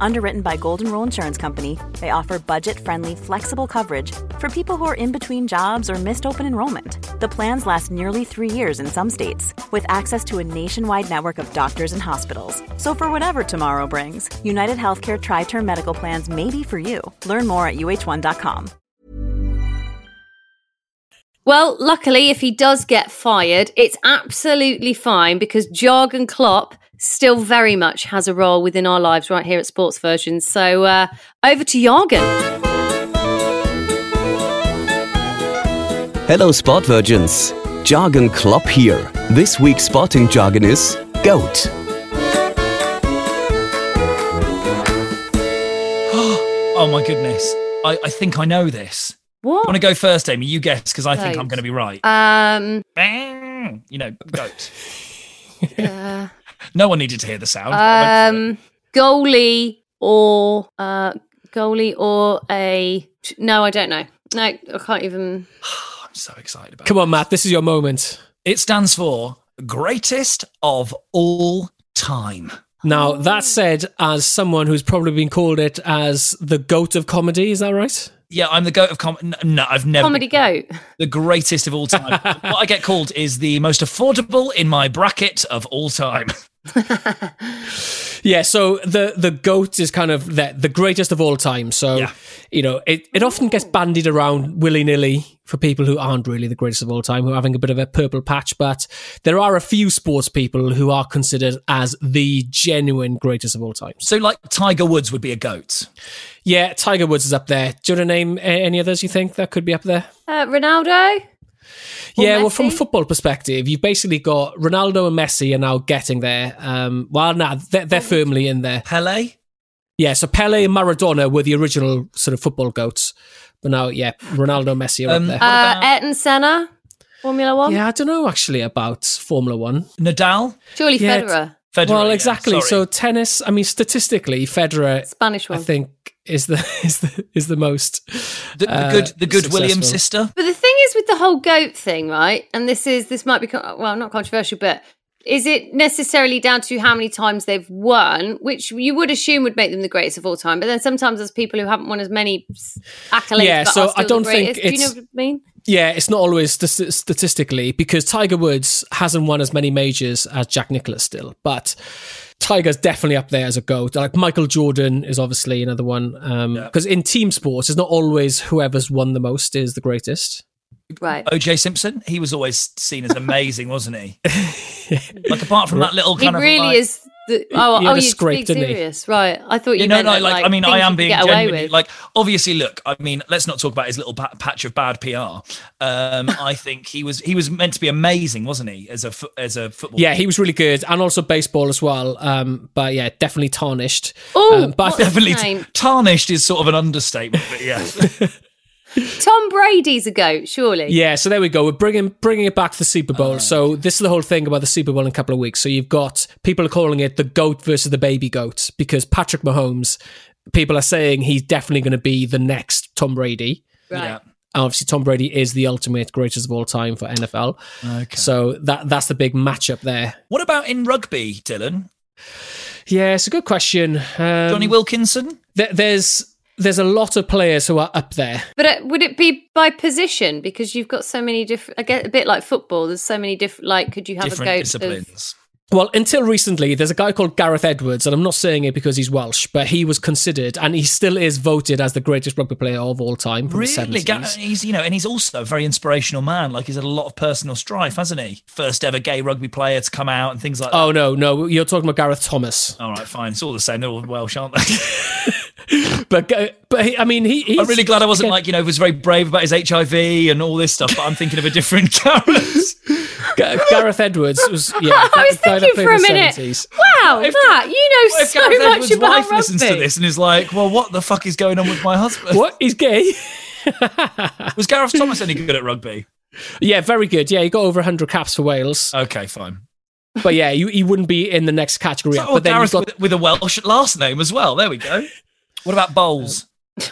Underwritten by Golden Rule Insurance Company, they offer budget-friendly, flexible coverage for people who are in between jobs or missed open enrollment. The plans last nearly three years in some states, with access to a nationwide network of doctors and hospitals. So for whatever tomorrow brings, United Healthcare Tri-Term Medical Plans may be for you. Learn more at uh1.com.
Well, luckily, if he does get fired, it's absolutely fine because Jargon Klopp still very much has a role within our lives right here at Sports Version. So uh, over to Jargon.
Hello, Sport Virgins. Jargon Klopp here. This week's sporting jargon is goat.
oh my goodness. I, I think I know this.
What?
Want to go first, Amy? You guess because I think
Goat.
I'm going to be right.
Um,
Bang! You know,
*laughs*
goat. *laughs* no one needed to hear the sound. I went for it.
um, goalie or uh, goalie or a no, I don't know. No, I can't even.
I'm so excited about.
Come on, Matt. This is your moment.
It stands for greatest of all time.
Now, that said, as someone who's probably been called it as the goat of comedy, is that right?
Yeah, I'm the goat of comedy. No, I've never
Comedy goat.
the greatest of all
*laughs*
time. what I get called is the most affordable in my bracket of all time. *laughs*
Yeah, so the the goat is kind of the, the greatest of all time. So
Yeah.
you know, it, it often gets bandied around willy nilly for people who aren't really the greatest of all time, who are having a bit of a purple patch. But there are a few sports people who are considered as the genuine greatest of all time.
So, like Tiger Woods would be a goat.
Yeah, Tiger Woods is up there. Do you want to name a- any others you think that could be up there?
Uh, Ronaldo. Or
yeah, well, from a
Messi?
football perspective, you've basically got Ronaldo and Messi are now getting there. Um, well, nah, they're, they're
Oh.
firmly in there.
Pele.
Yeah, so Pele and Maradona were the original sort of football goats, but now, yeah, Ronaldo, and Messi are
Um,
up there.
Uh, um, Ayrton Senna. Formula One.
yeah, I don't know actually about Formula One.
Nadal.
Surely
Yeah,
Federer.
Federer.
well,
yeah,
exactly.
sorry.
so tennis. I mean, statistically, Federer,
Spanish one.
I think, is the *laughs* is the is the most
the, the
uh,
good, the good Williams
successful.
sister.
But the thing is with the whole goat thing, right? And this is this might be co- well not controversial, but is it necessarily down to how many times they've won, which you would assume would make them the greatest of all time? But then sometimes there's people who haven't won as many s- accolades.
Yeah,
but
so
are still
I don't
the
think
greatest. Do you know
it's-
what I mean?
Yeah, it's not always st- statistically because Tiger Woods hasn't won as many majors as Jack Nicklaus still, but Tiger's definitely up there as a goat. Like Michael Jordan is obviously another one because in team sports, it's not always whoever's won the most is the greatest.
Right.
OJ Simpson. He was always seen as amazing, wasn't
*laughs*
he? like apart from that little
He
kind of
really
like-
is. The, oh,
he
oh,
had a
you're
scrape,
being
didn't he?
serious, right? I thought you
You know,
meant
no,
that,
like, I mean,
things
I
you
am
could
being
get away
genuinely
with.
like. Obviously, look, I mean, let's not talk about his little pa- patch of bad PR.
*laughs*
Um, I think he was he was meant to be amazing, wasn't he? As a fo- as a football.
Yeah, he was really good and also baseball as well. Um, but yeah, definitely tarnished.
Ooh,
but I
what-
*laughs*
think-
Definitely
Oh, Name.
tarnished is sort of an understatement,
*laughs*
but yeah.
Tom Brady's a goat, surely.
Yeah, so there we go. We're bringing bringing it back to the Super Bowl. So this is the whole thing about the Super Bowl in a couple of weeks. So you've got people are calling it the goat versus the baby goat because Patrick Mahomes, people are saying he's definitely going to be the next Tom Brady.
Right.
And Obviously, Tom Brady is the ultimate greatest of all time for NFL.
Okay.
So that that's the big matchup there.
What about in rugby,
Um,
Dylan?
Yeah, it's a good question. Um,
Johnny Wilkinson?
there- there's there's a lot of players who are up there.
But uh, would it be by position? Because you've got so many different. I get a bit like football. There's so many different. Like, could you have
Different
a goat? Of,
disciplines.
Well, until recently, there's a guy called Gareth Edwards, and I'm not saying it because he's Welsh, but he was considered, and he still is voted as the greatest rugby player of all time. From
Really? uh,
The
Ga-
70s.
He's you know, and he's also a very inspirational man. Like he's had a lot of personal strife, hasn't he? First ever gay rugby player to come out and things like
Oh no, no, you're talking about Gareth Thomas.
that. All right, fine. It's all the same. They're all Welsh, aren't they?
But Ga- but he, I mean, he. He's,
I'm really glad I wasn't
again,
like you know was very brave about his HIV and all this stuff. But I'm thinking of a different *laughs*
*laughs*
Gareth. *laughs*
Ga- Gareth Edwards was. Yeah,
I was
guy that
thinking
played
for a
in the
minute.
70s.
wow,
If-
that you know
What if
so
Gareth
much
Edwards'
about
wife
rugby.
listens to this and is like, "Well, what the fuck is going on with my husband?"
What? He's gay? *laughs*
Was Gareth Thomas any good at rugby?
yeah, very good. Yeah, he got over 100 caps for Wales.
Okay, fine.
But yeah, you, he wouldn't be in the next category.
So,
up.
oh,
but then you've
Gareth
got
with, with a Welsh
*laughs*
last name as well. There we go. What about Bowles?
I'd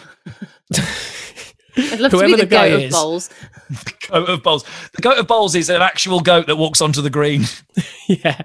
love to be the, goat of bowls.
the goat of bowls. The goat of bowls is an actual goat that walks onto the green.
*laughs* yeah.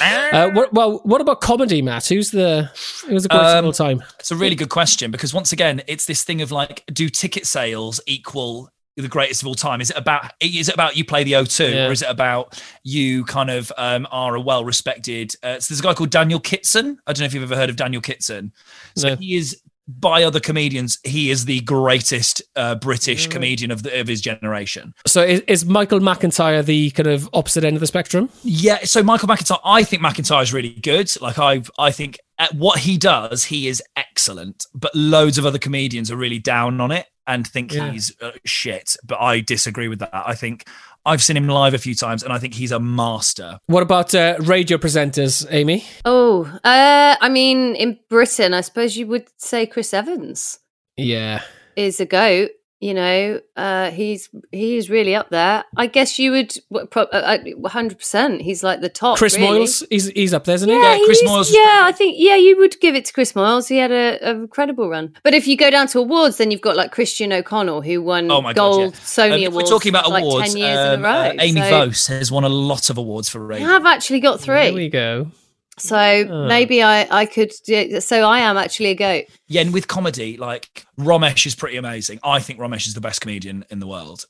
Uh, what, well, what about comedy, Matt? Who's the who's the greatest
Um,
of all time?
It's a really good question because once again, it's this thing of like, do ticket sales equal the greatest of all time? Is it about is it about you play the O2
Yeah.
or is it about you kind of um, are a well respected? Uh, so there's a guy called Daniel Kitson. I don't know if you've ever heard of Daniel Kitson. So
No.
he is by other comedians, he is the greatest uh, British comedian of the of his generation.
So is, is Michael McIntyre the kind of opposite end of the spectrum?
Yeah, so Michael McIntyre, I think McIntyre is really good. Like I, I think at what he does, he is excellent. But loads of other comedians are really down on it and think
Yeah.
he's uh, shit. But I disagree with that. I think I've seen him live a few times, and I think he's a master.
What about uh, radio presenters, Amy?
Oh, uh, I mean, in Britain, I suppose you would say Chris Evans
Yeah.
is a goat. You know, uh, he's he is really up there. I guess you would one uh, hundred percent. He's like the top.
Chris
really.
Moyles, he's, he's up there, isn't he?
Yeah,
Chris
he's-
Moyles was
Yeah, I think yeah, you would give it to Chris Moyles. He had a, an incredible run. But if you go down to awards, then you've got like Christian O'Connell who won
Oh my
Mm, gold
god! yeah. Um,
Sony
if
awards.
We're talking about
for, like,
awards.
ten years in a
um,
row.
uh, Amy
so
Vose has won a lot of awards for
I
radio.
have actually got
There
three.
we go.
So maybe I I could. do- So I am actually a goat.
yeah, and with comedy, like Ramesh is pretty amazing. I think Ramesh is the best comedian in the world.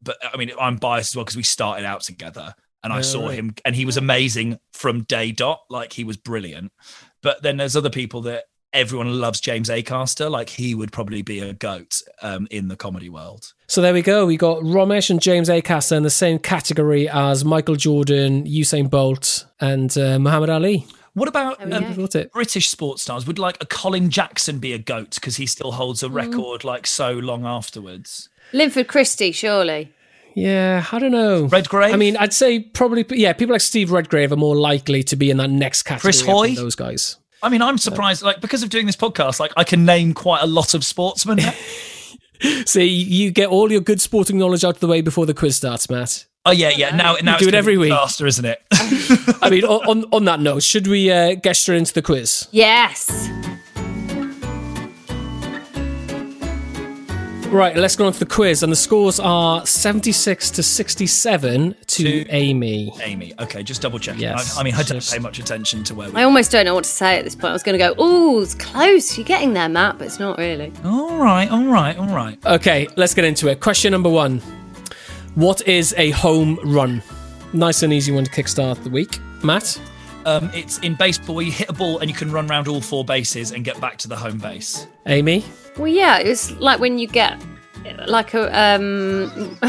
But I mean, I'm biased as well because we started out together and I
Yeah,
saw
right.
him and he was amazing from day dot. Like he was brilliant. But then there's other people that everyone loves James Acaster. Like he would probably be a goat um, in the comedy world.
So there we go. We got Ramesh and James Acaster in the same category as Michael Jordan, Usain Bolt, and uh, Muhammad Ali.
What about
There we
um,
go.
Got it.
British sports stars? Would like a Colin Jackson be a goat because he still holds a record like so long afterwards?
Linford Christie, surely.
Yeah, I don't know.
Redgrave?
I mean, I'd say probably, yeah, people like Steve Redgrave are more likely to be in that next category.
Chris
up than
Hoy?
Those guys.
I mean, I'm surprised. Like because of doing this podcast, like I can name quite a lot of sportsmen.
*laughs*
now.
See, you get all your good sporting knowledge out of the way before the quiz starts, Matt.
oh yeah, yeah. Now, now
do
it's
it
gonna
every
be a
week.
disaster, isn't it?
*laughs*
*laughs*
I mean, on, on- on that note, should we uh, get straight into the quiz?
Yes.
Right, let's go on to the quiz. And the scores are 76 to 67 to,
To-
Amy.
Amy, okay, just double checking.
Yes,
I, I mean, I don't
just-
pay much attention to where we.
I almost don't know what to say at this point. I was going to go, oh, it's close. You're getting there, Matt, but it's not really.
all right, all right, all right.
Okay, let's get into it. Question number one What is a home run? Nice and easy one to kickstart the week. Matt?
Um, it's in baseball. You hit a ball and you can run round all four bases and get back to the home base.
Amy?
Well, yeah, it was like when you get like a um *laughs*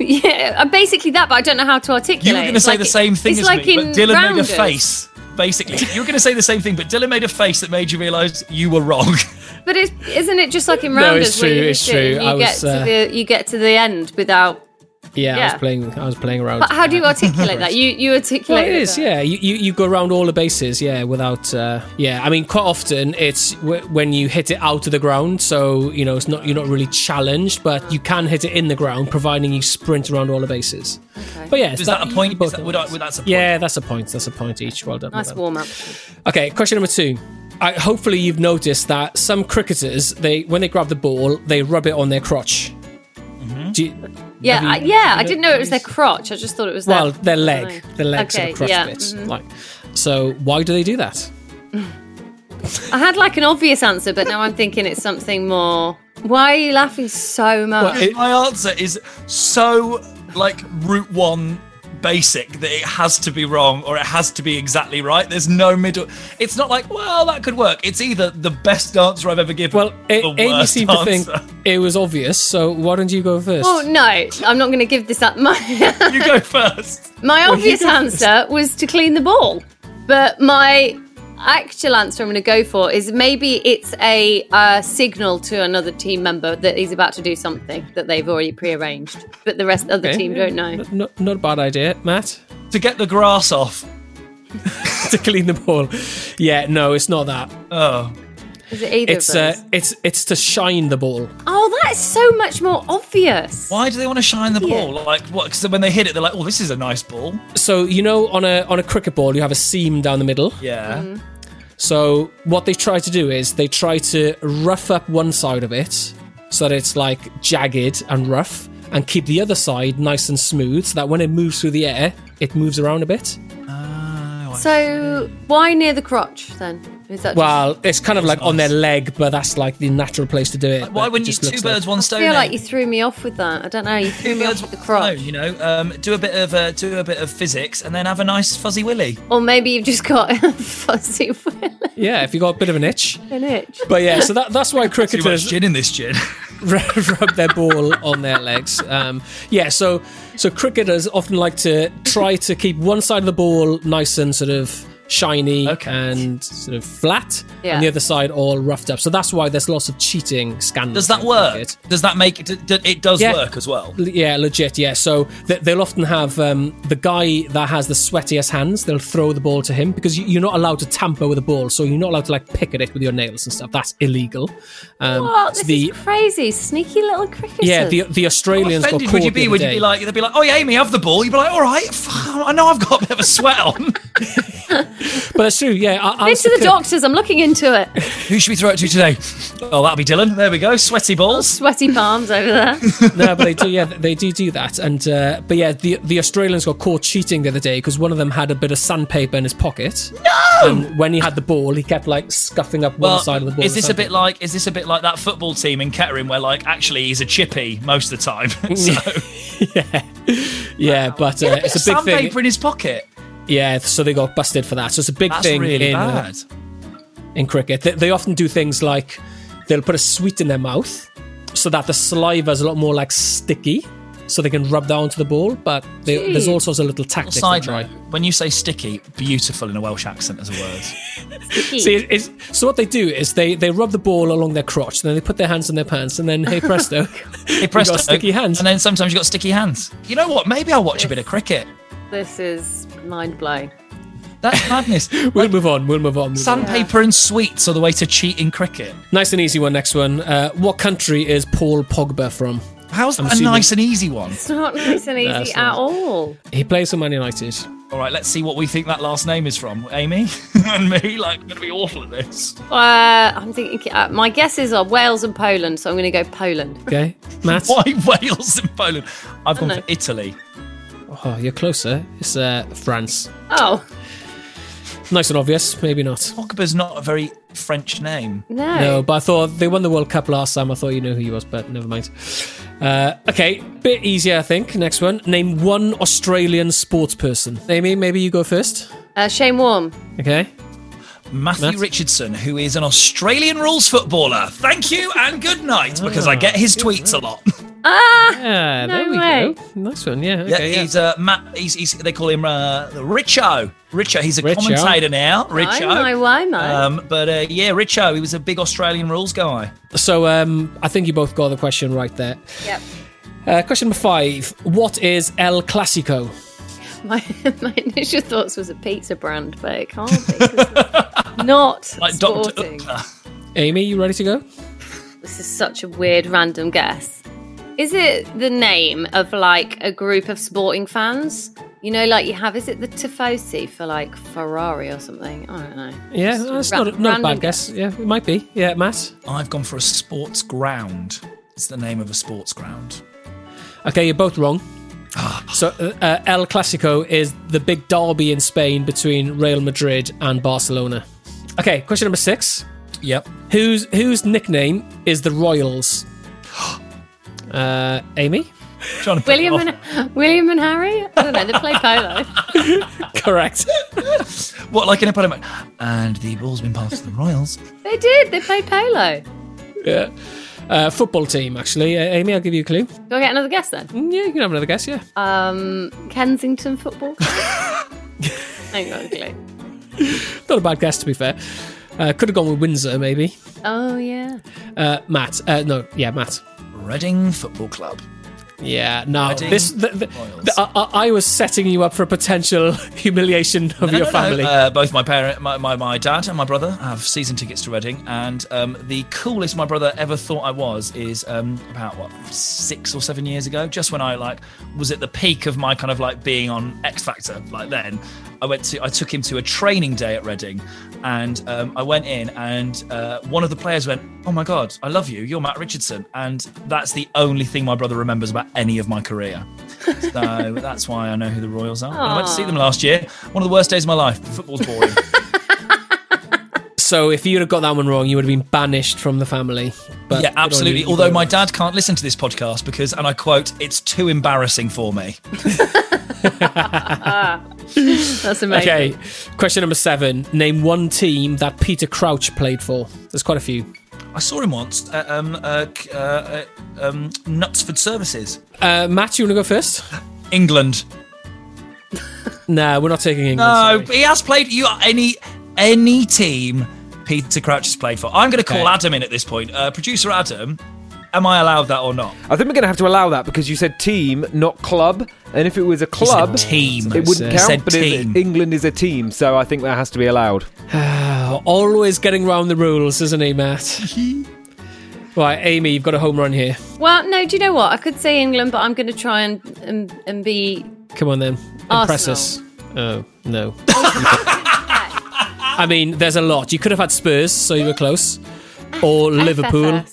yeah uh, basically that but i don't know how to articulate
You were going to
It's
say
like
the
it-
same thing
it's
as
like
me,
in
but Dylan
rounders.
made a face. Basically, you were going to say the same thing, but Dylan made a face that made you realise you were wrong. *laughs*
but it's isn't it just like in
No,
rounders
it's
where
true,
you hit
it's
it
true.
and you
I
get
was,
to
uh,
the you get to the end without
Yeah, I
Yeah.
was playing. I was playing around.
but how
*laughs*
do you articulate that you you
Well,
articulate
it is, yeah. You, you you go around all the bases, yeah. Without, uh, yeah. I mean, quite often it's w- when you hit it out of the ground, so you know it's not you're not really challenged, but you can hit it in the ground, providing you sprint around all the bases. But yeah, it's
Is that a point?
both
Is that,
of
would
them.
I, would that's a point?
yeah, that's a point. That's a point each. Well done. well
nice
done.
warm up
Okay, question number two. I, hopefully, you've noticed that some cricketers they when they grab the ball, they rub it on their crotch.
Mm-hmm.
Do you,
yeah
Have
I,
you-
yeah
you
i
know-
didn't know it was their crotch i just thought it was
well,
their,
their leg, their leg sort
Okay,
of crotch
yeah,
bit.
mhm.
Like, so why do they do that?
I had like an obvious answer, but now I'm thinking it's something more. Why are you laughing so much?
Well, it-
My answer is so like root one basic that it has to be wrong or it has to be exactly right. There's no middle. It's not like well that could work. It's either the best answer I've ever given.
Well,
or
A-
the
Amy
worst
seemed to think
answer. *laughs*
it was obvious, so why don't you go first?
oh no, I'm not going to give this up. *laughs* My
you go first.
my
you
obvious
go
answer was to clean the ball, but my actual answer I'm going to go for is maybe it's a uh, signal to another team member that he's about to do something that they've already prearranged, but the rest of the
Okay,
team
yeah,
don't know.
Not, not, not a bad idea, Matt. *laughs*
To get the grass off.
to clean the ball. Yeah, no, it's not that.
Oh,
Is it either
It's
of
uh,
us?
it's it's to shine the ball.
oh, that is so much more obvious.
why do they want to shine the ball? Like what? Because when they hit it, they're like, oh, this is a nice ball.
So you know, on a on a cricket ball, you have a seam down the middle.
Yeah.
So what they try to do is they try to rough up one side of it so that it's like jagged and rough, and keep the other side nice and smooth so that when it moves through the air, it moves around a bit.
So why near the crotch then? Is that
Well, it's kind of like on their leg, but that's like the natural place to do it.
Why
but it
wouldn't you
just
two
looks
birds,
like-
one
just, I
stone?
feel
then?
like you threw me off with that. I don't
*laughs*
know. You threw me off with the crotch.
you know, um, do a bit of uh, do a bit of physics, and then have a nice fuzzy willy.
Or maybe you've just got *laughs* a fuzzy will
Yeah, if you got a bit of an itch.
in it.
But yeah, so that, that's
*laughs*
why
Too much
cricketers
gin in this gin.
*laughs*
*laughs*
rub their ball on their legs. Um, yeah, so so cricketers often like to try to keep one side of the ball nice and sort of shiny
Okay.
and sort of flat,
Yeah.
and the other side all roughed up. So that's why there's lots of cheating scandals.
Does that
in
work?
cricket.
Does that make it? d- d- It does
Yeah.
work as well.
L- Yeah, legit. Yeah, so th- they'll often have um, the guy that has the sweatiest hands. They'll throw the ball to him because you- you're not allowed to tamper with the ball, so you're not allowed to like pick at it with your nails and stuff. That's illegal. Um,
What?
so
This
the
is crazy. Sneaky little cricketers.
yeah, the the
How
Australians got
offended
caught
would you
the
be?
other
Would you
day.
be like, they'd be like, "Oh yeah, Amy, have the ball." You'd be like, "All right, f- I know I've got a bit of a sweat on. *laughs*
But that's true. Yeah, I, I
This to the
could-
doctors. I'm looking into it.
*laughs*
Who should we throw it to today? Oh, that'll be Dylan. There we go. Sweaty
Oh,
balls.
Sweaty palms over there.
No, but they do. Yeah, they do do that. And uh, but yeah, the the Australians got caught cheating the other day because one of them had a bit of sandpaper in his pocket. No. And when he had the ball, he kept like scuffing up
Well,
one side of the ball.
is
with
this a bit
sandpaper.
like is this a bit like that football team in Kettering where like actually he's a chippy most of the
*laughs*
time? *laughs* so,
*laughs* Yeah, but uh, it's a big
sandpaper
thing.
in his pocket.
Yeah, so they got busted for that. So it's a big
That's
thing
really
in uh,
bad.
in cricket. They, they often do things like they'll put a sweet in their mouth so that the saliva is a lot more like sticky, so they can rub down to the ball. But they, there's all sorts of little tactics. they
Side
try.
note, when you say sticky, beautiful in a Welsh accent as a
*laughs*
word.
See, it- it's, so what they do is they, they rub the ball along their crotch, then they put their hands in their pants, and
*laughs*
then hey presto, *laughs*
They
you
press
got sticky hands.
and then sometimes you have got sticky hands. You know what? Maybe I'll watch a bit of cricket.
This is mind blowing.
That's
*laughs*
madness.
we'll move on. We'll move on. move on.
Sandpaper and sweets are the way to cheat in cricket.
Nice and easy one. Next one. Uh, what country is Paul Pogba from?
How's that a
assuming-
nice and easy one?
It's not nice and easy
it's
at
not.
all.
He plays for Man United.
All right, let's see what we think that last name is from. Amy *laughs* and me, like, we're going to be awful at this. *laughs*
Uh, I'm thinking. Uh, my guesses are Wales and Poland, so I'm going to go Poland.
*laughs*
Okay, Matt.
Why Wales and Poland? I've gone
know.
for Italy.
Oh, you're closer. It's uh, France.
Oh
Nice and obvious. Maybe not.
Pogba's not a very French name.
no!
No, but I thought they won the World Cup last time. I thought you knew who he was, but never mind. Uh, okay, bit easier, I think. Next one. Name one Australian sports person. Amy, maybe you go first.
Uh, Shane Warm.
Okay.
Matthew
Matt?
Richardson, who is an Australian rules footballer. Thank you and good night, because I get
Ah.
his tweets a lot.
Yeah,
there we way.
Nice one, yeah.
*laughs* Yeah,
Okay, yeah.
he's uh, Matt. He's, he's they call him uh, Richo. Richo. He's a
Richo.
commentator now. Richo.
my, why, my. *laughs*
Um, but uh, yeah, Richo. He was a big Australian rules guy.
So um, I think you both got the question right there.
Yep.
Uh, question number five. What is El Clasico?
My, my initial thoughts was a pizza brand, but it can't be. 'cause
*laughs*
it's Not
Like
sporting.
Doctor.
Amy, you ready to go?
This is such a weird random guess. Is it the name of like a group of sporting fans? You know, like you have, is it the Tifosi for like Ferrari or something? I don't know.
Yeah,
Just a
that's
ra-
not, a, not a
random
bad guess. Yeah, it might be. Yeah, Matt.
I've gone for a sports ground. It's the name of a sports ground.
Okay, you're both wrong. So, uh, uh, El Clasico is the big derby in Spain between Real Madrid and Barcelona. Okay, question number six.
Yep.
Whose whose nickname is the Royals? Uh, Amy, *laughs*
Trying to pick
William
Oh.
it off.
and, *laughs* William and Harry? I don't know, they play polo. *laughs*
correct. *laughs*
What like in a Potomac? And the ball's been passed to the Royals.
they did, they played polo.
yeah, uh, football team actually. Uh, Amy, I'll give you a clue.
Do I get another guess then?
Mm, Yeah, you can have another guess. Yeah,
Um, Kensington
*laughs*
football? Hang on, clue.
not a bad guess to be fair. Uh, could have gone with Windsor maybe.
Oh, yeah.
Uh, Matt, uh, no, yeah, Matt.
Reading Football Club.
Yeah, no.
Reading
This the, the,
Royals.
the, I, I- I was setting you up for potential *laughs* humiliation of
No,
your
no, no.
family.
Uh, both my parent, my, my, my dad and my brother have season tickets to Reading, and um, the coolest my brother ever thought I was is um, about what six or seven years ago, just when I like was at the peak of my kind of like being on X Factor, like then. I went to I took him to a training day at Reading, and um, I went in, and uh, one of the players went, "Oh my god, I love you. You're Matt Richardson," and that's the only thing my brother remembers about any of my career. So that's why I know who the Royals are. And I went to see them last year. One of the worst days of my life. Football's boring.
*laughs* So if you'd have got that one wrong, you would have been banished from the family. But
yeah,
good on
absolutely.
you.
Although my dad can't listen to this podcast because, and I quote, "It's too embarrassing for me."
That's amazing.
Okay, question number seven. Name one team that Peter Crouch played for. There's quite a few.
I saw him once at um, uh, c- uh, uh, um, Knutsford Services,
Uh, Matt, you want to
*laughs*
go first?
England.
No, we're not taking England.
No,
sorry.
he has played. You any any team Peter Crouch has played for? I'm going to call
Okay.
Adam in at this point. Uh, Producer Adam, am I allowed that or not?
I think we're going to have to allow that because you said team, not club. And if it was a
He said
club,
team.
it wouldn't
He
count.
said
but
team.
It, England is a team, so I think that has to be allowed.
Always getting round the rules, isn't
*laughs*
he, Matt? right, Amy, you've got a home run here.
Well, no, do you know what? I could say England, but I'm going to try and and, and be.
Come on then. Impress us. Oh, no. I mean, there's a lot. You could have had Spurs, so you were close.
*laughs*
Or Liverpool.
FFS.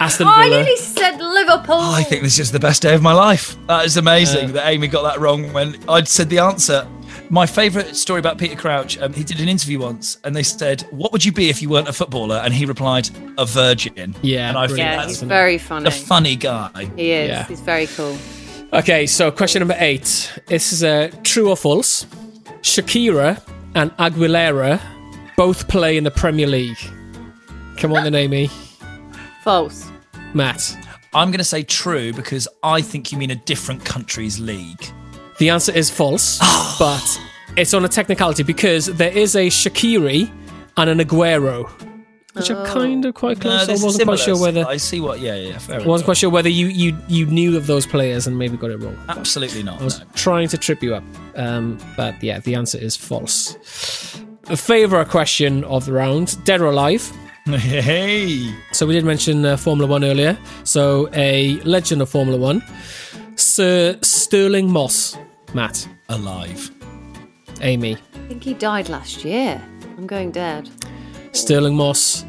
Aston
Oh, I
Villa.
nearly said Liverpool.
Oh, I think this is the best day of my life. That is amazing that Amy got that wrong when I'd said the answer. My favourite story about Peter Crouch, um, he did an interview once and they said, What would you be if you weren't a footballer? And he replied, A virgin.
Yeah,
And I think
brilliant.
yeah,
that's
he's
That's-
very funny.
a funny guy.
he is.
Yeah.
He's very cool.
Okay, so question number eight. This is uh, true or false. Shakira and Aguilera both play in the Premier League. Come
*laughs*
on then, Amy.
False.
Matt.
I'm going to say true because I think you mean a different country's league.
The answer is false, but it's on a technicality because there is a Shakiri and an Aguero, which are kind of quite
No,
close. I
Uh, there's
wasn't quite
similar-
sure whether
I see what. Yeah, yeah, fair
I wasn't
enough.
quite sure whether you, you you knew of those players and maybe got it wrong.
Absolutely not.
I was
no.
trying to trip you up, um, but yeah, the answer is false. A favourite question of the round: dead or alive?
*laughs* Hey,
So we did mention uh, Formula One earlier. So a legend of Formula One, Sir Sterling Moss. Matt,
alive.
Amy,
I think he died last year. I'm going dead.
Sterling Moss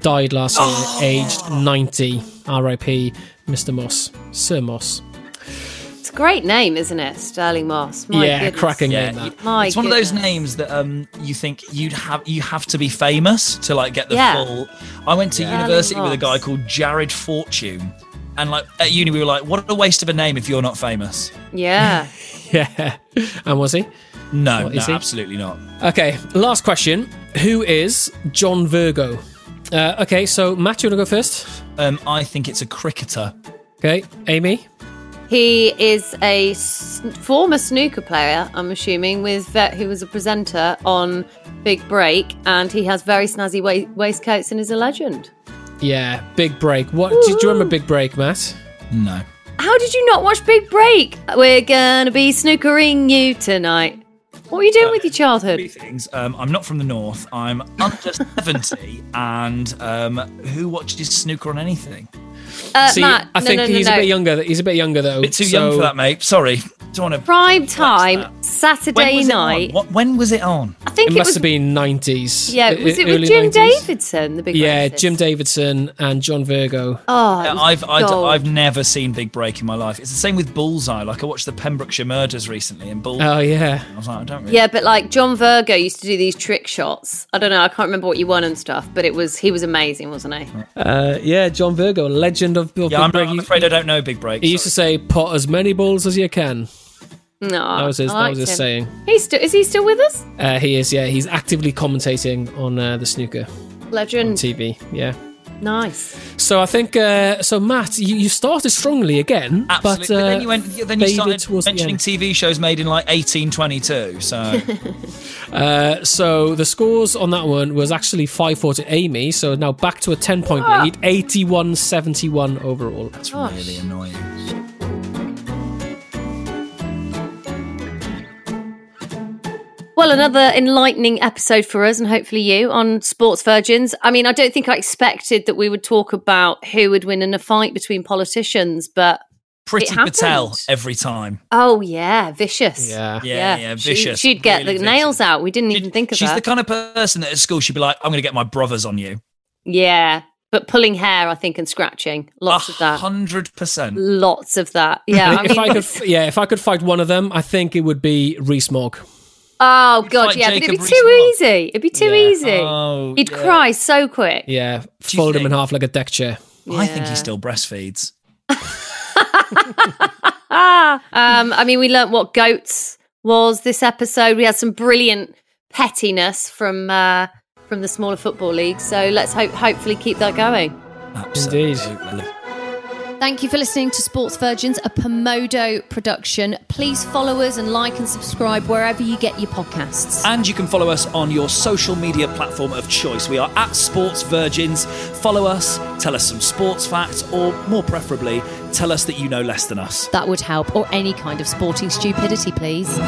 died last year,
Oh.
aged 90. R.I.P. Mr. Moss, Sir Moss. *laughs*
It's a great name, isn't it? Sterling Moss. My
yeah,
goodness.
cracking
Yeah,
name. That.
you-
My
it's one of those
goodness.
names that um, you think you'd have you have to be famous to like get the
Yeah.
full. I went to
Yeah.
university with a guy
Lots.
called Jared Fortune, and like at uni we were like, what a waste of a name if you're not famous. *laughs*
Yeah.
Yeah. and was he?
No,
What
no,
is he?
absolutely not.
Okay, last question. Who is John Virgo? Uh, okay, so Matt, you want to go first?
Um, I think it's a cricketer.
Okay, Amy.
He is a s- former snooker player, I'm assuming, with Vet, who was a presenter on Big Break, and he has very snazzy wa- waistcoats and is a legend.
Yeah, Big Break. What do, you- do you remember Big Break, Matt?
No,
How did you not watch Big Break? We're gonna be snookering you tonight. What were you
Uh,
doing with your
three
childhood?
things. Um, I'm not from the north. I'm
*laughs*
under seventy, and um, who watches snooker on anything?
Uh,
See,
Matt,
I
no,
think
no, no,
he's
no.
a bit younger. He's a bit younger though.
A bit too
so-
young for that, mate. Sorry, don't want to.
Prime time,
When
Saturday
was it on?
night.
What- when was it on?
I think
It
it,
must
was.
have been nineties.
yeah, was it with Jim Davidson? The big
Yeah,
racist?
Jim Davidson and John Virgo.
Oh, it
Yeah,
was
I've I d-
gold.
I've never seen Big Break in my life. It's the same with Bullseye. Like I watched the Pembrokeshire Murders recently, and Bullseye.
Oh yeah.
I was like, I don't really.
Yeah, but like John Virgo used to do these trick shots. I don't know, I can't remember what you won and stuff, but it was he was amazing, wasn't he?
Uh, yeah, John Virgo, legend of Bill
Yeah, I'm,
Big
I'm
Break.
afraid I don't know Big Break.
He used to
sorry.
say, "Pot as many balls as you can."
No,
That was his.
I
That
liked
was his
him.
saying.
He's still is he still with us?
Uh, he is. Yeah, he's actively commentating on uh, the snooker
Legend,
TV. Yeah.
nice.
So I think. Uh, so Matt, you, you started strongly again,
Absolutely.
but, uh,
but then you went. Then you
faded
started
towards the
mentioning
end.
TV shows made in like
*laughs*
1822. So
Uh, so the scores on that one was actually five four to Amy. So now back to a ten point
Ah.
lead, 81-71 overall.
it's really annoying.
Well, another enlightening episode for us and hopefully you on Sports Virgins. I mean, I don't think I expected that we would talk about who would win in a fight between politicians, but
Pretty
happened.
Patel every time.
Oh yeah, vicious.
Yeah. Yeah, yeah, vicious.
She, would get
Really
the nails out. We didn't even think of
She's
that.
the kind of person that at school she'd be like, I'm going to get my brothers on you.
yeah, but pulling hair, I think, and scratching, lots of that.
Hundred percent.
Lots of that.
*laughs*
Yeah. I
if
mean,
I could, f- yeah, if I could fight one of them, I think it would be Reese Mogg.
oh god,
fight
yeah, but it'd
Jacob
be too easy. It'd be too easy.
Oh,
He'd
yeah.
cry so quick.
Yeah, fold him in half like a deck chair.
I think he still breastfeeds.
Ah, um, I mean, we learnt what goats was this episode. We had some brilliant pettiness from uh, from the smaller football league. So let's hope, hopefully, keep that going.
Indeed.
Thank you for listening to Sports Virgins, a Pomodo production. Please follow us and like and subscribe wherever you get your podcasts.
And you can follow us on your social media platform of choice. We are at Sports Virgins. Follow us, tell us some sports facts, or more preferably, tell us that you know less than us.
That would help, or any kind of sporting stupidity, please.